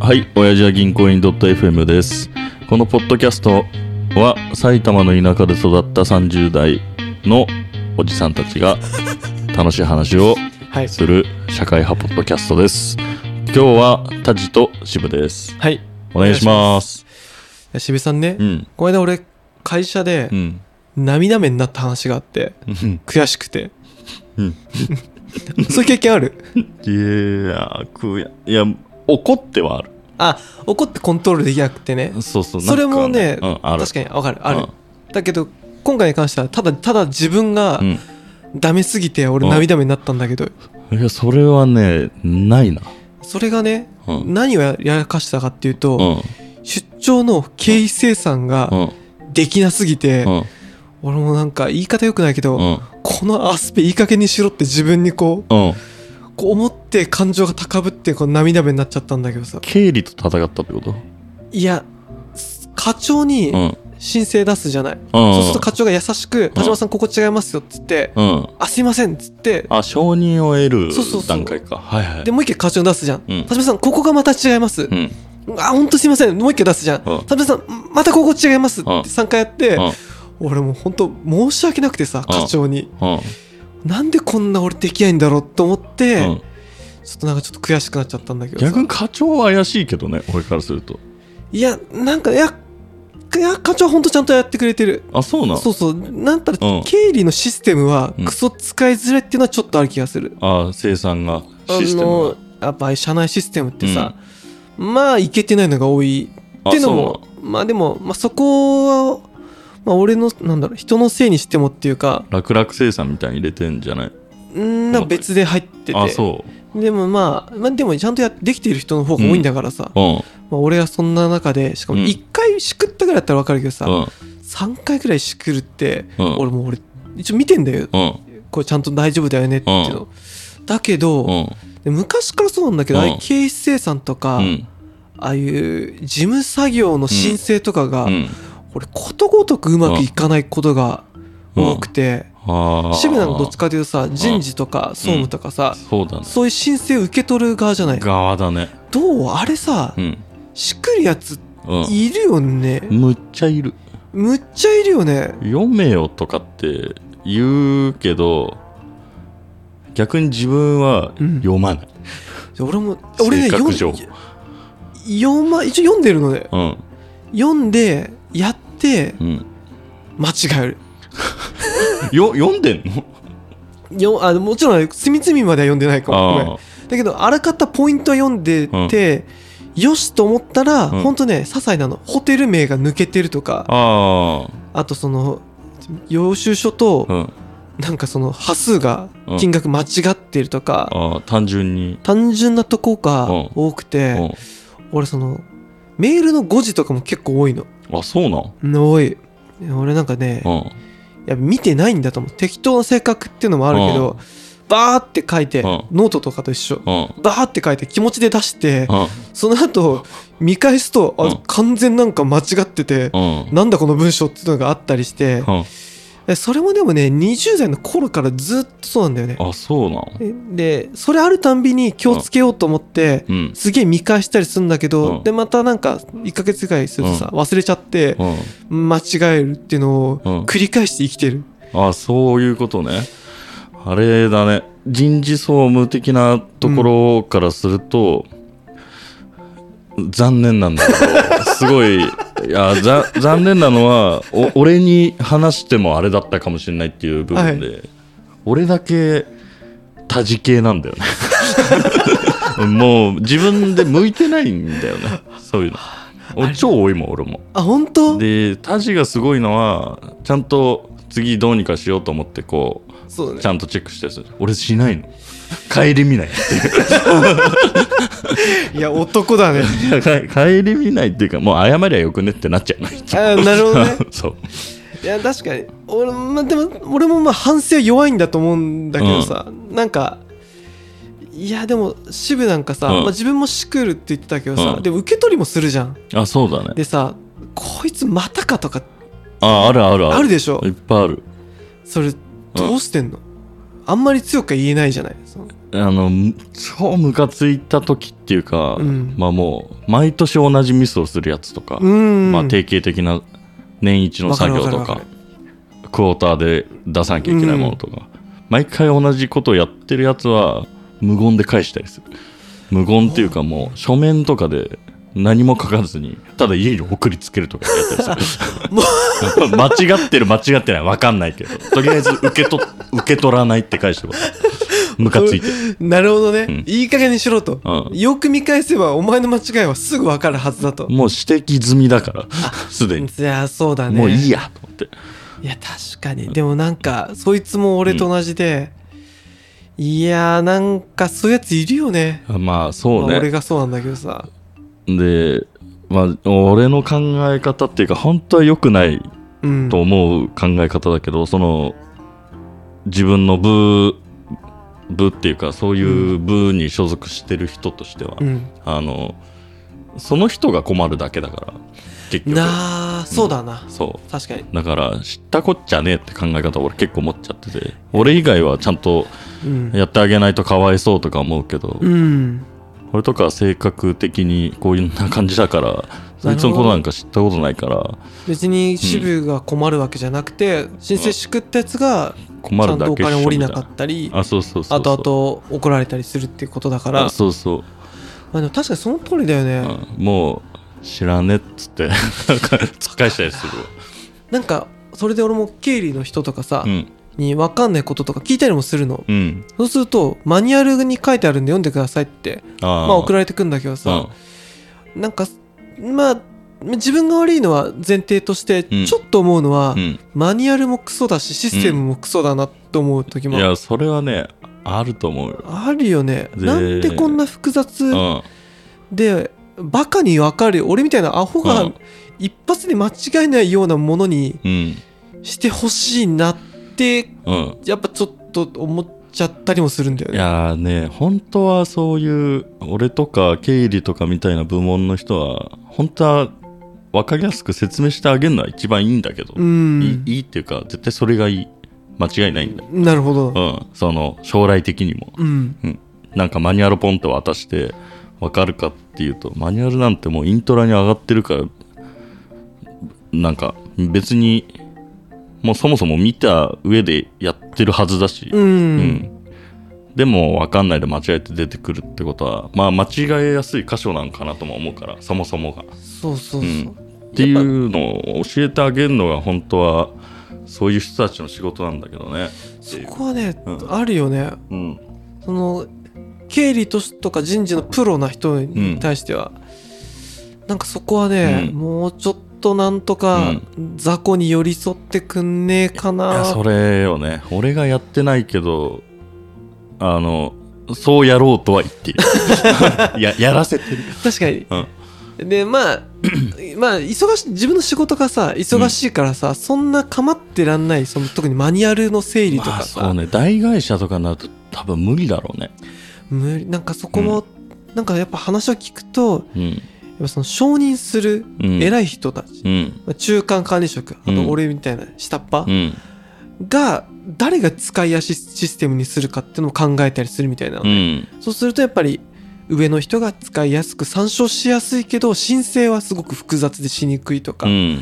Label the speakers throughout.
Speaker 1: はい、親父は銀行員 .fm です。このポッドキャストは埼玉の田舎で育った30代のおじさんたちが楽しい話を
Speaker 2: はい。
Speaker 1: する社会派ポッドキャストです。今日はタジと渋です。
Speaker 2: はい。
Speaker 1: お願いします。
Speaker 2: え渋井さんね、
Speaker 1: うん。
Speaker 2: この間俺、会社で
Speaker 1: うん。
Speaker 2: 涙目になった話があって、
Speaker 1: うん
Speaker 2: 悔しくて。
Speaker 1: うん。
Speaker 2: そういう経験ある
Speaker 1: いやー、くや、いや、怒ってはある。
Speaker 2: あ、怒ってコントロールできなくてね。
Speaker 1: そうそう。
Speaker 2: それも
Speaker 1: な
Speaker 2: ね、
Speaker 1: んかうん、ある。
Speaker 2: 確かにわかる。ある。
Speaker 1: うん
Speaker 2: だけど、今回に関しては、ただ、ただ自分がダメすぎて、俺
Speaker 1: うん
Speaker 2: 涙目になったんだけど、
Speaker 1: うん。いや、それはね、ないな。
Speaker 2: それがね、
Speaker 1: うん
Speaker 2: 何をややらかしたかっていうと、
Speaker 1: うん。
Speaker 2: 出張の経費生産
Speaker 1: う
Speaker 2: が
Speaker 1: ん。
Speaker 2: できなすぎて、
Speaker 1: うん。
Speaker 2: 俺もなんか言い方良くないけど、
Speaker 1: うん。
Speaker 2: このアスペいい加減にしろって自分にこう、
Speaker 1: うん。
Speaker 2: こう思って感情が高ぶってこう涙目になっちゃったんだけどさ
Speaker 1: 経理と戦ったってこと
Speaker 2: いやす課長に
Speaker 1: うん。うん。
Speaker 2: 申請出すじゃない、そうすると課長が優しく「田島さんここ違いますよ」っつって
Speaker 1: うん。
Speaker 2: 「あすいません」っつって
Speaker 1: あ、承認を得る
Speaker 2: そうそうそう
Speaker 1: 段階か。はいはい。
Speaker 2: でもう一回課長に出すじゃん「
Speaker 1: うん
Speaker 2: 田島さんここがまた違います
Speaker 1: う」ん。
Speaker 2: あほんとすいません」もう一回出すじゃん
Speaker 1: うん
Speaker 2: 「田島さんまたここ違います」って
Speaker 1: うん
Speaker 2: 3回やって
Speaker 1: うん
Speaker 2: 俺もうほんと申し訳なくてさ課長に
Speaker 1: うん。
Speaker 2: なんでこんな俺できないんだろうと思って
Speaker 1: うん
Speaker 2: ちょっとなんかちょっと悔しくなっちゃったんだけどさ
Speaker 1: 逆に課長は怪しいけどね、俺からすると。
Speaker 2: いや、なんか、いや、いや課長ほんとちゃんとやってくれてる。
Speaker 1: あ、そうなの
Speaker 2: そうそう。なんたら、
Speaker 1: うん
Speaker 2: 経理のシステムは
Speaker 1: うん、
Speaker 2: クソ使いづらいっていうのはちょっとある気がする。
Speaker 1: あ、生産が、
Speaker 2: あ
Speaker 1: システム
Speaker 2: の、やっぱ社内システムってさ、まあ、いけてないのが多い。
Speaker 1: が。
Speaker 2: っていうの
Speaker 1: あ
Speaker 2: も、まあでも、まあそこは、まあ俺の、なんだろう、人のせいにしてもっていうか、
Speaker 1: 楽々生産みたいに入れてんじゃない
Speaker 2: んーな別で入ってて。
Speaker 1: あ、そう
Speaker 2: でもまあ、まあでもちゃんとやできている人の方が多いんだからさ、。
Speaker 1: うん。
Speaker 2: まあ俺はそんな中で、しかも
Speaker 1: うん
Speaker 2: 1回しくったぐらいだったらわかるけどさ、
Speaker 1: うん。
Speaker 2: 3回くらいしくるって、
Speaker 1: うん
Speaker 2: 俺もう俺一応見てんだよ
Speaker 1: うん。
Speaker 2: これちゃんと大丈夫だよねっていうの、だけど、
Speaker 1: うん。
Speaker 2: で昔からそうなんだけど、
Speaker 1: うん
Speaker 2: ああいう経費生産とか、
Speaker 1: うん。
Speaker 2: ああいう事務作業の申請とかが、
Speaker 1: うん。
Speaker 2: 俺ことごとくうまくいかないことが多くて、
Speaker 1: ああ。
Speaker 2: 渋谷なんかどっちかというとさ人事とか総務とかさ、
Speaker 1: そうだね。
Speaker 2: そういう申請を受け取る側じゃない
Speaker 1: 側だね。
Speaker 2: どうあれさ、
Speaker 1: うん。
Speaker 2: しっくりやつ
Speaker 1: うん。
Speaker 2: いるよね、
Speaker 1: むっちゃいる。
Speaker 2: むっちゃいるよね
Speaker 1: 読めよとかって言うけど逆に自分は
Speaker 2: うん
Speaker 1: 読まない、
Speaker 2: 俺も俺
Speaker 1: 性
Speaker 2: ね
Speaker 1: 格上
Speaker 2: 読ん読ま一応読んでるので
Speaker 1: うん
Speaker 2: 読んでやって
Speaker 1: うん、
Speaker 2: 間違える
Speaker 1: よ読んでんの
Speaker 2: よあもちろん隅々までは読んでないか もごめん
Speaker 1: あ
Speaker 2: だけどあらかたポイントは読んでて、よしと思ったら、
Speaker 1: うん
Speaker 2: ほんとね些細なのホテル名が抜けてると
Speaker 1: あ
Speaker 2: か
Speaker 1: あ
Speaker 2: あとその領収書と
Speaker 1: あ、うん、
Speaker 2: なんかその端数が
Speaker 1: うん
Speaker 2: 金額間違ってるとか、
Speaker 1: ああ単純に、
Speaker 2: 単純なとこが多くて、
Speaker 1: う
Speaker 2: 俺そのメールの誤字とかも結構多いの
Speaker 1: ん、あそうなん
Speaker 2: 多い俺なんかね、
Speaker 1: うん
Speaker 2: いや見てないんだと思う適当な性格っていうのもあるけど、バーって書いて、
Speaker 1: うん
Speaker 2: ノートとかと一緒、
Speaker 1: うん
Speaker 2: バーって書いて気持ちで出して、
Speaker 1: うん
Speaker 2: その後見返すと、あ
Speaker 1: うん
Speaker 2: 完全なんか間違ってて、
Speaker 1: うん
Speaker 2: なんだこの文章っていうのがあったりして、
Speaker 1: うん
Speaker 2: えそれもでもね20代の頃からずっとそうなんだよね
Speaker 1: あそうなん
Speaker 2: えでそれあるたんびに気をつけようと思って、
Speaker 1: うん
Speaker 2: すげえ見返したりするんだけど、
Speaker 1: うん
Speaker 2: でまたなんか1ヶ月ぐらいするとさ、忘れちゃって
Speaker 1: うん
Speaker 2: 間違えるっていうのを
Speaker 1: うん
Speaker 2: 繰り返して生きてる、
Speaker 1: ああそういうことねあれだね人事総務的なところからすると、残念なんだけどすごいいやざ残念なのはお俺に話してもあれだったかもしれないっていう部分で、俺だけ多事系なんだよね もう自分で向いてないんだよねそういうのお超多いもん俺も
Speaker 2: あ本当
Speaker 1: でタジがすごいのはちゃんと次どうにかしようと思ってこう
Speaker 2: そう
Speaker 1: ちゃんとチェックしてる俺しないの帰り見ない
Speaker 2: いや、男だね。
Speaker 1: いやか 帰り見ないっていうかもう謝りゃよくねってなっちゃうの
Speaker 2: あーなるほどね。
Speaker 1: そう
Speaker 2: いや、確かに。俺、まあ、でも、俺もまあ反省は弱いんだと思うんだけどさ、なんか、いや、でも、渋なんかさ、
Speaker 1: うん
Speaker 2: まあ、自分もしくるって言ってたけどさ、
Speaker 1: うん
Speaker 2: でも受け取りもするじゃん。
Speaker 1: あそうだね
Speaker 2: でさ、こいつまたかとか
Speaker 1: ああるあるある
Speaker 2: あるでしょ
Speaker 1: いっぱいある
Speaker 2: それ、どうしてんの、あんまり強くは言えないじゃないその
Speaker 1: あのむ超ムカついた時っていうか、
Speaker 2: うん
Speaker 1: まあもう毎年同じミスをするやつとか、
Speaker 2: うん
Speaker 1: まあ、定型的な年一の作業と
Speaker 2: わか
Speaker 1: か
Speaker 2: るわかるわか
Speaker 1: クォーターで出さなきゃいけないものとか、毎回同じことをやってるやつは無言で返したりする無言っていうかもう書面とかで何も書かずにただ家に送りつけるとかやったりする 間違ってる間違ってない分かんないけどとりあえず受けと受け取らないって返してもらムカついて
Speaker 2: なるほどね、
Speaker 1: ん
Speaker 2: いい加減にしろと、
Speaker 1: うん
Speaker 2: よく見返せばお前の間違いはすぐ分かるはずだと
Speaker 1: もう指摘済みだからすでに
Speaker 2: いやそうだね
Speaker 1: もういいやと思って
Speaker 2: いや確かにでもなんかそいつも俺と同じで、いやーなんかそういうやついるよね
Speaker 1: あまあそう
Speaker 2: まあ
Speaker 1: ね
Speaker 2: 俺がそうなんだけどさ
Speaker 1: で、まあ、俺の考え方っていうか本当は良くない
Speaker 2: うん
Speaker 1: と思う考え方だけど、その自分の部部っていうかそういう部に所属してる人としては、
Speaker 2: うん
Speaker 1: あのその人が困るだけだから結局
Speaker 2: なあそうだな、
Speaker 1: そ
Speaker 2: 確かに
Speaker 1: うだから知ったこっちゃねえって考え方俺結構持っちゃってて俺以外はちゃんと
Speaker 2: うん、
Speaker 1: やってあげないとかわいそうとか思うけど、
Speaker 2: うん、
Speaker 1: 俺とか性格的にこういうな感じだからそいつのことなんか知ったことないから
Speaker 2: 別に渋が困るわけじゃなくて、申請しくったやつがち
Speaker 1: 困
Speaker 2: ゃ
Speaker 1: る
Speaker 2: んと
Speaker 1: だ
Speaker 2: お
Speaker 1: けっ
Speaker 2: 金
Speaker 1: し
Speaker 2: 降
Speaker 1: ょ
Speaker 2: り
Speaker 1: みた
Speaker 2: ないか
Speaker 1: な
Speaker 2: ったり
Speaker 1: あそうそうそうそう
Speaker 2: あとあと怒られたりするってことだから
Speaker 1: あそうそう、
Speaker 2: まあ、でも確かにその通りだよね、
Speaker 1: うんもう知らねっつってなんか突っ返したりするわ
Speaker 2: なんかそれで俺も経理の人とかさ、
Speaker 1: うん
Speaker 2: に分かんないこととか聞いたりもするの
Speaker 1: うん
Speaker 2: そうするとマニュアルに書いてあるんで読んでくださいって
Speaker 1: あ
Speaker 2: ま
Speaker 1: ー
Speaker 2: あ送られてくんだけどさ、なんかまあ自分が悪いのは前提として
Speaker 1: うん
Speaker 2: ちょっと思うのは、
Speaker 1: うんうん
Speaker 2: マニュアルもクソだしシステムもクソだなって思う時
Speaker 1: い
Speaker 2: も
Speaker 1: やそれはねあると思うよ
Speaker 2: あるよね
Speaker 1: で
Speaker 2: なんでこんな複雑
Speaker 1: うん
Speaker 2: でバカに分かる俺みたいなアホ
Speaker 1: う
Speaker 2: が
Speaker 1: ん
Speaker 2: 一発で間違えないようなものに
Speaker 1: うん
Speaker 2: してほしいなって
Speaker 1: うん
Speaker 2: やっぱちょっと思っちゃったりもするんだよ
Speaker 1: い
Speaker 2: ね。
Speaker 1: やーね本当はそういう俺とか経理とかみたいな部門の人は本当は分かりやすく説明してあげるのは一番いいんだけど、
Speaker 2: う
Speaker 1: い
Speaker 2: ん。
Speaker 1: いいいっていうか絶対それがいい間違いないんだよ、
Speaker 2: なるほ
Speaker 1: う
Speaker 2: ど。
Speaker 1: ん、その将来的にも、
Speaker 2: うん。
Speaker 1: うん、なんかマニュアルポンと渡して分かるかっていうとマニュアルなんてもうイントラに上がってるからなんか別にもうそもそも見た上でやってるはずだし、
Speaker 2: う。
Speaker 1: うんんでも分かんないで間違えて出てくるってことはまあ間違えやすい箇所なんかなとも思うからそもそもが。。
Speaker 2: そうそうそううん
Speaker 1: っていうのを教えてあげるのが本当はそういう人たちの仕事なんだけどね。
Speaker 2: そこはね
Speaker 1: う、ん
Speaker 2: あるよね。
Speaker 1: うん、
Speaker 2: その、経理としとか人事のプロな人に対しては、なんかそこはね、
Speaker 1: うん
Speaker 2: もうちょっとなんとか雑魚に寄り添ってくんねえか
Speaker 1: いやそ
Speaker 2: な。
Speaker 1: れよね俺がやってないけどあのそうやろうとは言 ってる ややらせてる、
Speaker 2: 確かに。
Speaker 1: うん
Speaker 2: でまあまあ忙しい自分の仕事がさ忙しいからさ、そんな構ってらんないその特にマニュアルの整理と
Speaker 1: ま
Speaker 2: か
Speaker 1: あ
Speaker 2: さ、
Speaker 1: そうね大会社とかになると多分無理だろうね、
Speaker 2: 無理なんかそこも、なんかやっぱ話を聞くと
Speaker 1: うん
Speaker 2: やっぱその承認する
Speaker 1: うん、
Speaker 2: 偉い人たち、
Speaker 1: うん
Speaker 2: まあ中間管理職あ
Speaker 1: うん
Speaker 2: と俺みたいな下っ端
Speaker 1: うん
Speaker 2: が誰が使いやすいシステムにするかっていうのを考えたりするみたいな、
Speaker 1: うん
Speaker 2: そうするとやっぱり上の人が使いやすく参照しやすいけど申請はすごく複雑でしにくいとか、
Speaker 1: うん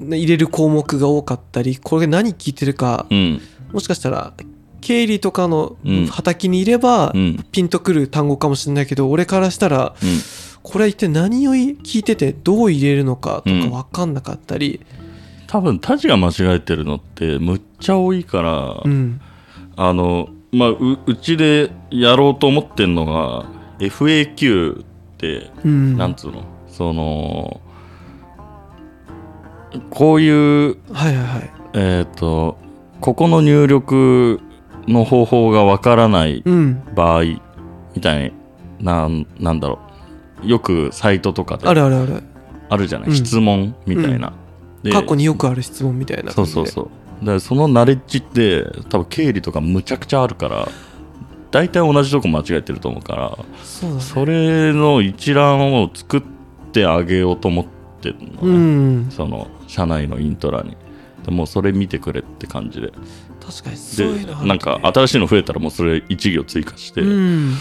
Speaker 2: ね入れる項目が多かったりこれが何聞いてるか
Speaker 1: うん
Speaker 2: もしかしたら経理とかの
Speaker 1: うん
Speaker 2: 畑にいれば
Speaker 1: うん
Speaker 2: ピンとくる単語かもしれないけど俺からしたらこれは一体何を聞いててどう入れるのかと
Speaker 1: うん
Speaker 2: か分かんなかったり
Speaker 1: 多分タジが間違えてるのってむっちゃ多いから、
Speaker 2: うん
Speaker 1: あのまあううちでやろうと思ってんのが FAQ って
Speaker 2: うん
Speaker 1: なんつうのそのこういう
Speaker 2: はいはいはい
Speaker 1: えっ、とここの入力の方法がわからない
Speaker 2: うん
Speaker 1: 場合みたいななんなんだろうよくサイトとかで
Speaker 2: あるあるある
Speaker 1: あるじゃない、
Speaker 2: うん
Speaker 1: 質問みたいな、で
Speaker 2: 過去によくある質問みたいな
Speaker 1: そう
Speaker 2: 感じで
Speaker 1: そうそうだからそのナレッジって多分経理とかむちゃくちゃあるから大体同じとこ間違えてると思うから
Speaker 2: そうだね
Speaker 1: それの一覧を作ってあげようと思ってるのね、
Speaker 2: うん
Speaker 1: その社内のイントラにでもうそれ見てくれって感じで
Speaker 2: 確かにそういうのある
Speaker 1: で
Speaker 2: ね
Speaker 1: なんか新しいの増えたらもうそれ1行追加して、
Speaker 2: うん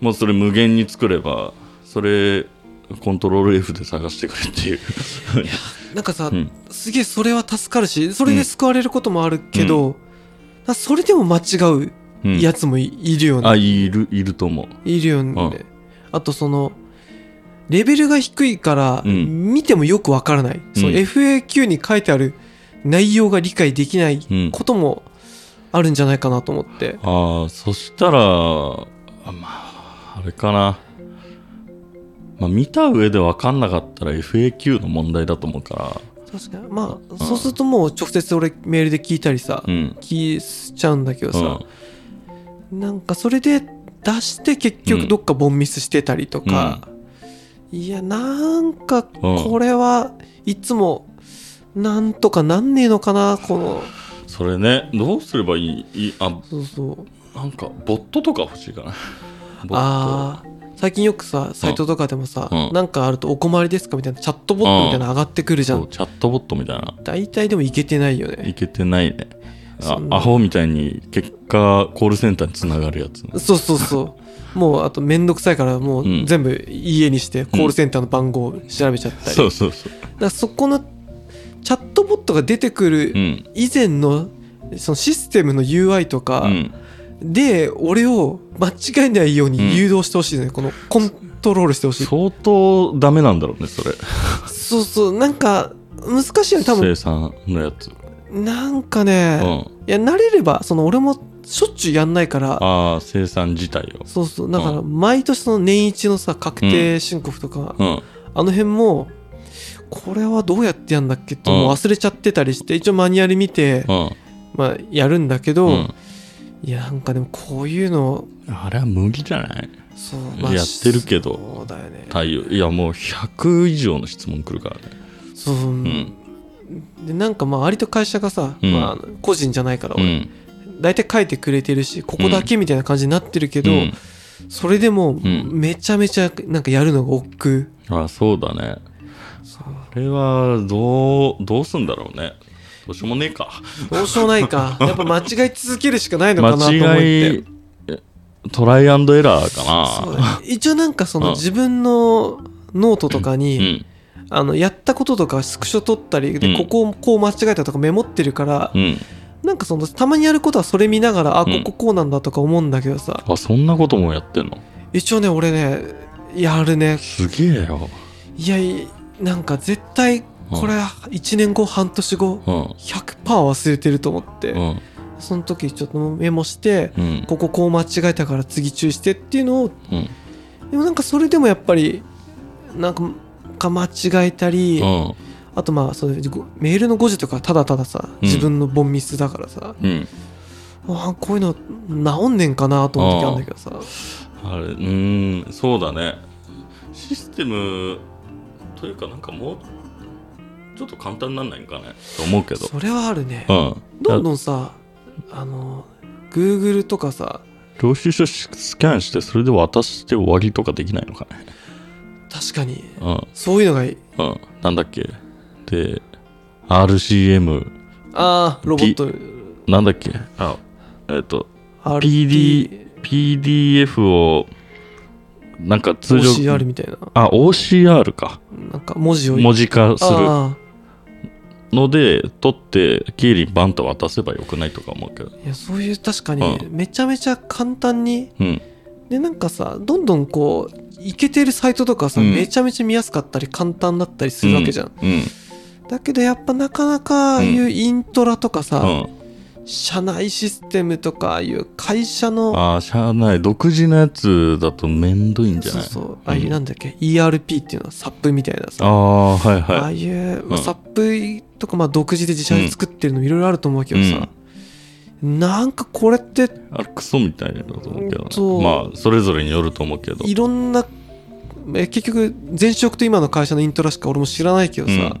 Speaker 1: もうそれ無限に作ればそれコントロール F で探してくれっていう
Speaker 2: なんかさ、
Speaker 1: うん
Speaker 2: すげえそれは助かるしそれで救われることもあるけど、あそれでも間違う
Speaker 1: うん
Speaker 2: やつもい,、るよ
Speaker 1: あ
Speaker 2: ね
Speaker 1: いるいると思う
Speaker 2: いるよね、
Speaker 1: うん
Speaker 2: あとそのレベルが低いから
Speaker 1: うん
Speaker 2: 見てもよくわからない、その
Speaker 1: うん
Speaker 2: FAQ に書いてある内容が理解できない
Speaker 1: うん
Speaker 2: こともあるんじゃないかなと思って、
Speaker 1: ああそしたらあまああれかな、まあ、見た上で分かんなかったら FAQ の問題だと思うか
Speaker 2: 確かにまあそうするともう直接俺メールで聞いたりさ、
Speaker 1: らうん
Speaker 2: 聞いちゃうんだけど
Speaker 1: う
Speaker 2: さ、なんかそれで出して結局どっかボンミスしてたりとか、いやなんかこれはいつもなんとかなんねえのかなこの
Speaker 1: ん、それねどうすればいいいいあ
Speaker 2: そうそう
Speaker 1: なんかボットとか欲しいかなボッ
Speaker 2: あー最近よくさサイトとかでもさ、
Speaker 1: うん
Speaker 2: なんかあると「お困りですか?」みたいなチャットボットみたいなの上がってくるじゃ
Speaker 1: ト
Speaker 2: ん、
Speaker 1: そうチャットボットみたいな
Speaker 2: 大体でもいけてないよ
Speaker 1: い
Speaker 2: ね
Speaker 1: けてないねあ
Speaker 2: そんな
Speaker 1: アホみたいに結果コールセンターにつながるやつ
Speaker 2: そうそうそう もうあと面倒くさいからも
Speaker 1: うん
Speaker 2: う全部家にしてコールセンターの番号を調べちゃったり、
Speaker 1: そうそうそう
Speaker 2: だからそこのチャットボットが出てくる
Speaker 1: うん
Speaker 2: 以前のそのシステムの UI と
Speaker 1: う
Speaker 2: か
Speaker 1: ん
Speaker 2: で俺を間違えないように誘導してほしいね、このコントロールしてほしい
Speaker 1: 相当ダメなんだろうねそれ
Speaker 2: そうそうなんか難しいよね多分
Speaker 1: 生産のやつ
Speaker 2: なんか
Speaker 1: う
Speaker 2: ね、
Speaker 1: ん
Speaker 2: いや慣れればその俺もしょっちゅうやんないから
Speaker 1: ああ生産自体を
Speaker 2: そうそうだから毎年その年一のさ確定申告とか、
Speaker 1: うん
Speaker 2: あの辺もこれはどうやってやんだっけってもう忘れちゃってたりして一応マニュアル見て、
Speaker 1: うん
Speaker 2: まあ、やるんだけど、
Speaker 1: うん
Speaker 2: いやなんかでもこういうの
Speaker 1: あれは無理じゃない
Speaker 2: そう、
Speaker 1: やってるけど
Speaker 2: そうだよね
Speaker 1: 対応いやもう100以上の質問来るからね
Speaker 2: そう、
Speaker 1: うん
Speaker 2: でなんかまあ割と会社がさ、
Speaker 1: うん
Speaker 2: まあ、個人じゃないから
Speaker 1: う
Speaker 2: 俺、
Speaker 1: ん
Speaker 2: 大体書いてくれてるしここだけみたいな感じになってるけど、
Speaker 1: うん
Speaker 2: それでも
Speaker 1: ん
Speaker 2: めちゃめちゃなんかやるのが億
Speaker 1: ああそうだね
Speaker 2: 劫
Speaker 1: あれはどうどうすんだろうねどうしようもねえか
Speaker 2: どうしようもな いかやっぱ間違い続けるしかないのかなと思っ
Speaker 1: 間違
Speaker 2: て
Speaker 1: いトライアンドエラーか
Speaker 2: そう
Speaker 1: な
Speaker 2: だね一応なんかそ
Speaker 1: うん
Speaker 2: の自分のノートとか
Speaker 1: う
Speaker 2: に、
Speaker 1: ん
Speaker 2: あのやったこととかスクショ取ったり
Speaker 1: うん
Speaker 2: でここをこう間違えたとかメモってるから
Speaker 1: うん
Speaker 2: なんかそのたまにやることはそれ見ながらあ
Speaker 1: う
Speaker 2: こ
Speaker 1: ん
Speaker 2: ここうなんだとか思うんだけどさ
Speaker 1: あそんなこともやってんの
Speaker 2: 一応ね俺ねやるね
Speaker 1: すげえよ
Speaker 2: いやいなんか絶対これ1年後半年後
Speaker 1: うん
Speaker 2: 100%忘れてると思って
Speaker 1: うん
Speaker 2: その時ちょっとメモして
Speaker 1: うん
Speaker 2: こここう間違えたから次注意してっていうのを
Speaker 1: うん
Speaker 2: でもなんかそれでもやっぱりなんかか間違えたり
Speaker 1: うん
Speaker 2: あとまあそういうごメールの誤字とかただたださ
Speaker 1: うん
Speaker 2: 自分のボンミスだからさ
Speaker 1: うん
Speaker 2: あこういうの治んねんかなと思う時あるんだけどさ
Speaker 1: あれうーんそうだねシステムというかなんかもうちょっと簡単になんないんかねと思うけど
Speaker 2: それはあるね
Speaker 1: うん
Speaker 2: どんど
Speaker 1: ん
Speaker 2: んさあの Google とかさ
Speaker 1: 領収書スキャンしてそれで渡して終わりとかできないのかね
Speaker 2: 確かに
Speaker 1: う
Speaker 2: そういうのがいい
Speaker 1: んうんなんだっけで RCM
Speaker 2: ああロボット
Speaker 1: なんだっけあえっ、と
Speaker 2: RT
Speaker 1: PDF をなんか通常
Speaker 2: OCR みたいな
Speaker 1: あ OCR か
Speaker 2: なんか文字を
Speaker 1: 文字化する
Speaker 2: あ
Speaker 1: ので取って経理にバンと渡せばよくないとか思うけど
Speaker 2: あいやそういう確かに
Speaker 1: う
Speaker 2: めちゃめちゃ簡単に
Speaker 1: うん
Speaker 2: でなんかさどんどんこういけてるサイトとかさ、
Speaker 1: うん
Speaker 2: めちゃめちゃ見やすかったり簡単だったりするわけじゃん、
Speaker 1: うん
Speaker 2: だけどやっぱなかなかああいうイントラとか
Speaker 1: う
Speaker 2: さ、
Speaker 1: ん
Speaker 2: 社内システムとかああいう会社の
Speaker 1: ああしゃあない独自のやつだとめんどいんじゃ
Speaker 2: そう
Speaker 1: ない
Speaker 2: そう
Speaker 1: あ
Speaker 2: ああいうなんだっけ、ERP っていうのはサップみたいなさ
Speaker 1: あーはい
Speaker 2: ああ
Speaker 1: はい
Speaker 2: いう、
Speaker 1: うん
Speaker 2: サップとかまあ独自で自社で作ってるのいろいろあると思うけどさ、なんかこれって
Speaker 1: あれクソみたいだと思うけど、ね
Speaker 2: そう
Speaker 1: まあそれぞれによると思うけど
Speaker 2: いろんなえ結局前職と今の会社のイントラしか俺も知らないけどさ、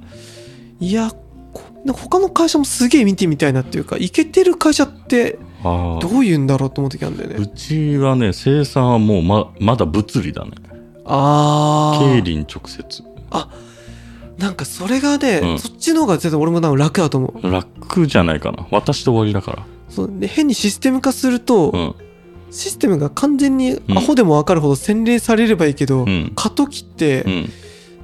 Speaker 2: いやこなんか他の会社もすげえ見てみたいなっていうかいけてる会社って
Speaker 1: あ
Speaker 2: ど
Speaker 1: あ
Speaker 2: ういうんだろうと思う時あるんだよ
Speaker 1: う
Speaker 2: ね
Speaker 1: ちはね生産はもうままだ物理だね
Speaker 2: あ
Speaker 1: 経
Speaker 2: あ
Speaker 1: 理に直接
Speaker 2: なんかそれがね、
Speaker 1: うん
Speaker 2: そっちの方が絶対俺もなんか楽だと思う
Speaker 1: 楽じゃないかな渡して終わりだから
Speaker 2: そうで変にシステム化すると、
Speaker 1: うん
Speaker 2: システムが完全にアホでも分かるほど洗練されればいいけ
Speaker 1: う
Speaker 2: ど、
Speaker 1: ん
Speaker 2: 過渡期って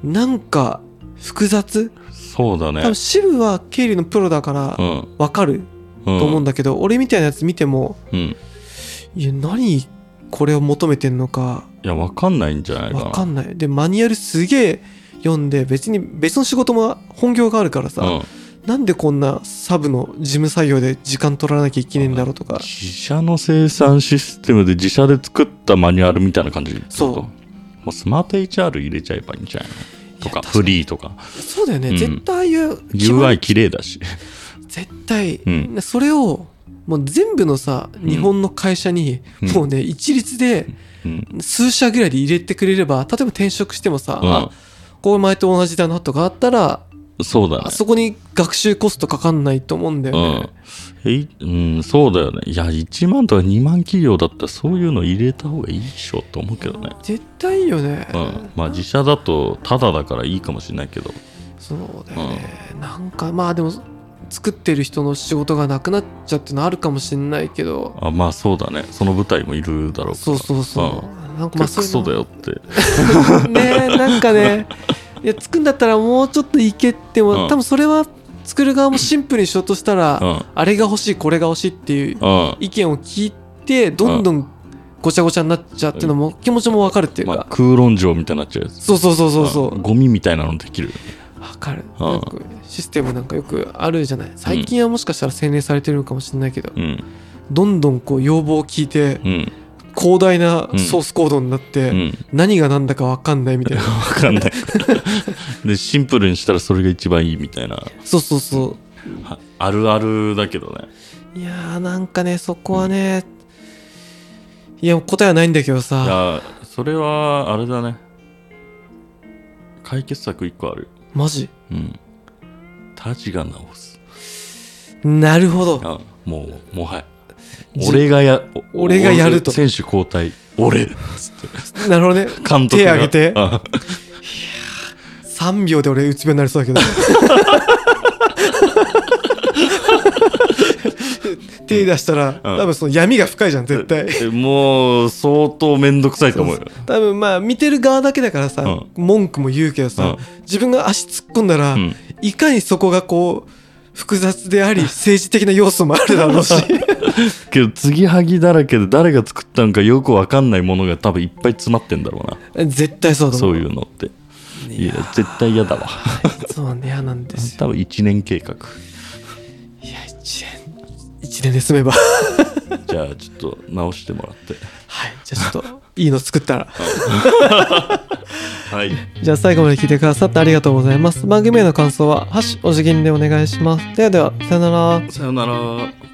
Speaker 1: うん
Speaker 2: なんか複雑、
Speaker 1: そうだね
Speaker 2: 多分支部は経理のプロだから
Speaker 1: うん
Speaker 2: 分かる
Speaker 1: うん
Speaker 2: と思うんだけど、俺みたいなやつ見ても
Speaker 1: うんい
Speaker 2: いや何これを求めてんのか
Speaker 1: やわかんないんじゃないかな
Speaker 2: 分かんないでマニュアルすげえ読んで別に別の仕事も本業があるからさ、
Speaker 1: うん
Speaker 2: なんでこんなサブの事務作業で時間取らなきゃいけねえんだろうとか
Speaker 1: 自社の生産システムで自社で作ったマニュアルみたいな感じってこと
Speaker 2: そう
Speaker 1: もうスマート HR 入れちゃえばいいんじゃないのと
Speaker 2: いや
Speaker 1: か
Speaker 2: 確か
Speaker 1: フ
Speaker 2: に
Speaker 1: リーとか
Speaker 2: そうだよね、
Speaker 1: うん
Speaker 2: 絶対ああいう
Speaker 1: UI 綺麗だし
Speaker 2: 絶対、
Speaker 1: うん
Speaker 2: それをもう全部のさ
Speaker 1: ん
Speaker 2: 日本の会社に、
Speaker 1: うん
Speaker 2: もうね一律で
Speaker 1: うん
Speaker 2: 数社ぐらいで入れてくれれば例えば転職してもさ、
Speaker 1: うん
Speaker 2: あこう前と同じだなとかあったら、
Speaker 1: そうだね
Speaker 2: あそこに学習コストかかんないと思うんだよね、
Speaker 1: うんいうん、そうだよね。いや、1万とか2万企業だったらそういうの入れた方がいいでしょと思うけどね。
Speaker 2: 絶対いいよね、
Speaker 1: うん、まあ自社だとタダだからいいかもしれないけど、
Speaker 2: そうだよね、なんかまあでも作ってる人の仕事がなくなっちゃうってのあるかもしんないけど
Speaker 1: あまあそうだね。その舞台もいるだろうから。
Speaker 2: そうそうそう、なんかま
Speaker 1: ク
Speaker 2: あそ
Speaker 1: ソ
Speaker 2: う
Speaker 1: だ
Speaker 2: いう
Speaker 1: よって。
Speaker 2: のねなんかねいや作るんだったらもうちょっといけっても、
Speaker 1: うん
Speaker 2: 多分それは作る側もシンプルにしようとしたら、
Speaker 1: うん
Speaker 2: あれが欲しいこれが欲しいっていう
Speaker 1: うん。
Speaker 2: 意見を聞いてどんどんごちゃごちゃになっちゃうっていうのも気持ちもわかるっていう
Speaker 1: まあ
Speaker 2: か、
Speaker 1: 空論城みたいになっちゃうやつ。
Speaker 2: そうそうそうそうそう
Speaker 1: うんゴミみたいなのできる。
Speaker 2: わかる、
Speaker 1: うん
Speaker 2: なんかシステムなんかよくあるじゃない最近はもしかしたら洗練されてるのかもしれないけど、
Speaker 1: うん。
Speaker 2: どんどんこう要望を聞いて
Speaker 1: うん。
Speaker 2: 広大なソースコードになって、
Speaker 1: うん。わ
Speaker 2: 何が何だか分かんないみたいな
Speaker 1: かんない。 で、シンプルにしたらそれが一番いいみたいな。
Speaker 2: そうそうそ
Speaker 1: はあるあるだけどね。
Speaker 2: ういやーなんかねそこはね、いや答えはないんだけど
Speaker 1: い
Speaker 2: さ
Speaker 1: やそれはあれだね解決策1個ある
Speaker 2: マジ
Speaker 1: うんタジが直す
Speaker 2: なるほど
Speaker 1: あもうもはや
Speaker 2: じ
Speaker 1: 俺がやお
Speaker 2: 俺がやると
Speaker 1: 選手交代俺つって
Speaker 2: なるほどね
Speaker 1: 監督
Speaker 2: 手挙げて
Speaker 1: あ
Speaker 2: 3秒で俺うつ病になりそうだけ ど手出したら多分その闇が深いじゃん絶対
Speaker 1: えもう相当面倒くさいと思うよ
Speaker 2: 多分まあ見てる側だけだからさ、
Speaker 1: うん
Speaker 2: 文句も言うけどさ、自分が足突っ込んだら、
Speaker 1: うん
Speaker 2: いかにそこがこう複雑であり政治的な要素もあるだろ うし
Speaker 1: けど継ぎはぎだらけで誰が作ったのかよくわかんないものが多分いっぱい詰まってんだろうな
Speaker 2: 絶対そうだも
Speaker 1: そ
Speaker 2: ん
Speaker 1: ういうのってい
Speaker 2: いや
Speaker 1: や絶対嫌だわ
Speaker 2: そうね嫌なんですよ
Speaker 1: 多分1年計画
Speaker 2: いや1年一年で済めばは
Speaker 1: じゃあちょっと直してもらって
Speaker 2: いじゃあちょっといいの作ったら
Speaker 1: はい
Speaker 2: じゃあ最後まで聞いてくださってありがとうございます番組への感想は「ハッシュお辞儀」でお願いしますではではさよなら
Speaker 1: さよなら